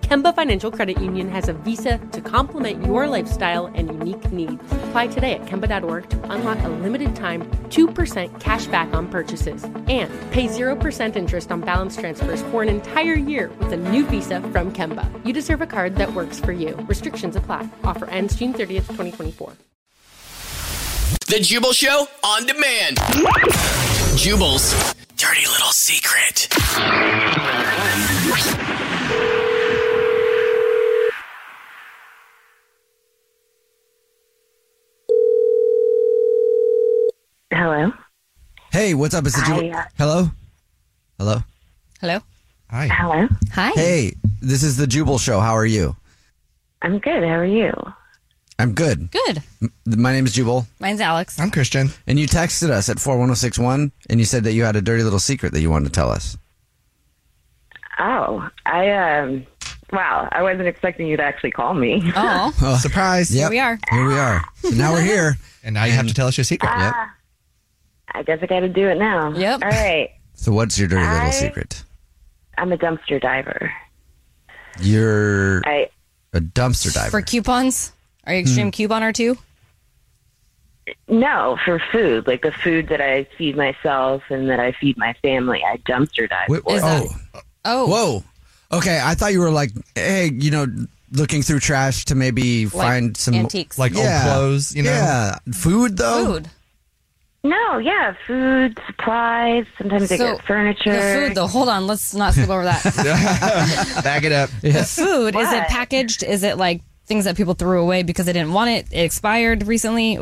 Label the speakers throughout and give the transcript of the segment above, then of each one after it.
Speaker 1: Kemba Financial Credit Union has a visa to complement your lifestyle and unique needs. Apply today at Kemba.org to unlock a limited time 2% cash back on purchases and pay 0% interest on balance transfers for an entire year with a new visa from Kemba. You deserve a card that works for you. Restrictions apply. Offer ends June 30th, 2024.
Speaker 2: The Jubal Show on demand. Jubal's dirty little secret.
Speaker 3: Hello.
Speaker 4: Hey, what's up? It's the Jubal.
Speaker 3: Hi.
Speaker 4: Hello? Hello?
Speaker 5: Hello.
Speaker 4: Hi.
Speaker 3: Hello.
Speaker 5: Hi.
Speaker 4: Hey, this is the Jubal Show. How are you?
Speaker 3: I'm good. How are you?
Speaker 4: I'm good.
Speaker 5: Good.
Speaker 4: M- My name is Jubal,
Speaker 5: Mine's Alex.
Speaker 6: I'm Christian.
Speaker 4: and you texted us at 41061, and you said that you had a dirty little secret that you wanted to tell us.
Speaker 3: Oh, I um. Wow, I wasn't expecting you to actually call me.
Speaker 5: Oh,
Speaker 6: Surprise.
Speaker 4: Uh, Yep.
Speaker 5: here we are. Ah.
Speaker 4: Here we are. So now we're here.
Speaker 6: And now you have to tell us your secret.
Speaker 4: Yep.
Speaker 3: I guess I got to do it now.
Speaker 5: Yep.
Speaker 3: All right.
Speaker 4: So what's your dirty
Speaker 3: I-
Speaker 4: little secret?
Speaker 3: I'm a dumpster diver.
Speaker 4: You're
Speaker 3: I
Speaker 4: a dumpster diver. Hmm.
Speaker 5: For coupons, are you extreme couponer too?
Speaker 3: no for food, like the food that I feed myself and that I feed my family. I dumpster dive.
Speaker 4: Wait,
Speaker 5: Is that-
Speaker 4: oh,
Speaker 5: Oh,
Speaker 4: whoa. Okay, I thought you were like, hey, you know, looking through trash to maybe
Speaker 5: like
Speaker 4: find some
Speaker 5: antiques,
Speaker 6: Like old
Speaker 4: Yeah.
Speaker 6: clothes, you know?
Speaker 4: Yeah, food though.
Speaker 5: food.
Speaker 3: No, yeah, food supplies. Sometimes I
Speaker 5: So,
Speaker 3: get furniture.
Speaker 5: The food, though. Hold on, let's not skip over that.
Speaker 6: Back it up.
Speaker 5: The food is it
Speaker 3: What?
Speaker 5: packaged? Is it like things that people threw away because they didn't want it? It expired recently.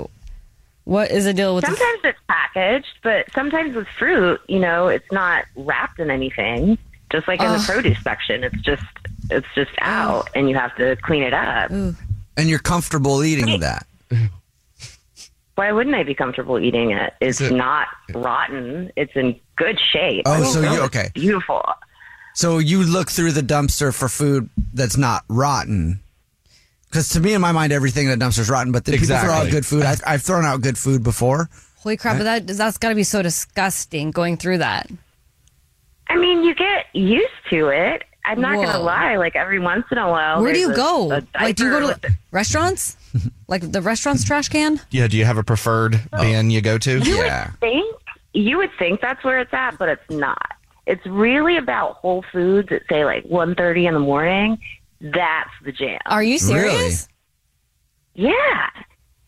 Speaker 5: What is the deal with? The,
Speaker 3: Sometimes it's packaged, but sometimes with fruit, you know, it's not wrapped in anything. Just like in the produce section, it's just it's just out, and you have to clean it up.
Speaker 4: And you're comfortable eating that.
Speaker 3: Why wouldn't I be comfortable eating it? It's
Speaker 6: Is it-
Speaker 3: not rotten. It's in good shape.
Speaker 4: Oh,
Speaker 3: I mean,
Speaker 4: so
Speaker 3: no,
Speaker 4: you-
Speaker 3: it's
Speaker 4: okay.
Speaker 3: Beautiful.
Speaker 4: So you look through the dumpster for food that's not rotten. Because to me, in my mind, everything in the dumpster is rotten. But the people throw out
Speaker 6: Exactly.
Speaker 4: good food. I, I've thrown out good food before.
Speaker 5: holy crap! but That that's got to be so disgusting going through that.
Speaker 3: I mean, you get used to it. I'm not gonna
Speaker 5: Whoa.
Speaker 3: lie. Like every once in a while,
Speaker 5: Where do
Speaker 3: there's
Speaker 5: you
Speaker 3: a-
Speaker 5: go?
Speaker 3: a
Speaker 5: like, do you
Speaker 3: diaper
Speaker 5: go to
Speaker 3: with the-
Speaker 5: restaurants? like the restaurant's trash can?
Speaker 6: Yeah, do you have a preferred
Speaker 4: Oh.
Speaker 6: bin you go to?
Speaker 4: yeah.
Speaker 3: think you would think that's where it's at, but it's not. It's really about Whole Foods at say like one thirty in the morning. That's the jam.
Speaker 5: Are you serious?
Speaker 3: Yeah.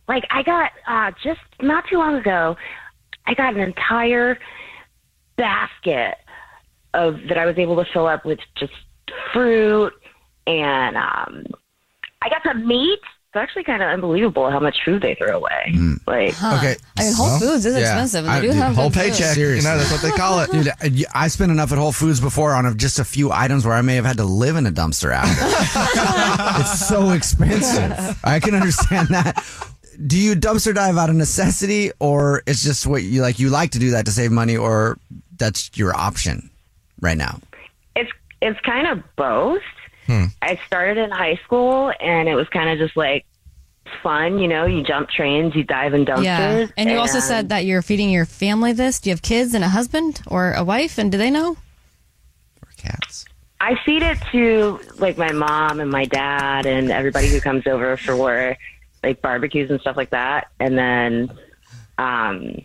Speaker 3: Like I got uh just not too long ago, I got an entire basket of that I was able to fill up with just fruit and um I got some meat. It's actually kind of unbelievable how much food they throw away. Like
Speaker 4: Okay.
Speaker 5: Uh, I mean, Whole
Speaker 4: Well,
Speaker 5: Foods is
Speaker 4: yeah.
Speaker 5: expensive. They
Speaker 4: I-
Speaker 5: do
Speaker 4: dude,
Speaker 5: have
Speaker 6: Whole
Speaker 5: good food.
Speaker 6: paycheck. You know, that's what they call it.
Speaker 4: Dude, I- I spent enough at Whole Foods before on a- just a few items where I may have had to live in a dumpster after. it's so expensive. I can understand that. Do you dumpster dive out of necessity, or it's just what you like? You like to do that to save money, or that's your option right now?
Speaker 3: it's it's kind of both.
Speaker 4: Hmm.
Speaker 3: I started in high school and it was kind of just like fun, you know, you jump trains, you dive in dumpsters.
Speaker 5: Yeah. And you also said that you're feeding your family this. Do you have kids and a husband or a wife? And do they know?
Speaker 4: Or cats?
Speaker 3: I feed it to like my mom and my dad and everybody who comes over for work. like barbecues and stuff like that. And then um,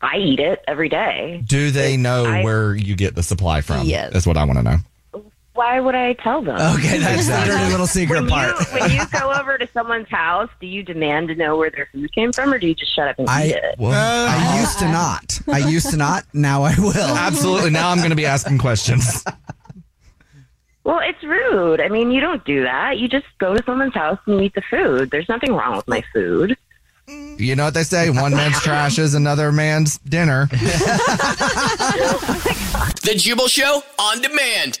Speaker 3: I eat it every day.
Speaker 6: Do they know
Speaker 3: I-
Speaker 6: where you get the supply from?
Speaker 5: Yes.
Speaker 6: Is what I want to know.
Speaker 3: Why would I tell them?
Speaker 4: Okay, that's Uh, the dirty little secret
Speaker 3: When you,
Speaker 4: part.
Speaker 3: when you go over to someone's house, do you demand to know where their food came from, or do you just shut up and eat
Speaker 4: I
Speaker 3: it?
Speaker 4: I used to not. I used to not. Now I will.
Speaker 6: Absolutely. Now I'm going to be asking questions.
Speaker 3: Well, it's rude. I mean, you don't do that. You just go to someone's house and eat the food. There's nothing wrong with my food.
Speaker 6: You know what they say? One man's trash is another man's dinner.
Speaker 2: The Jubal Show on demand.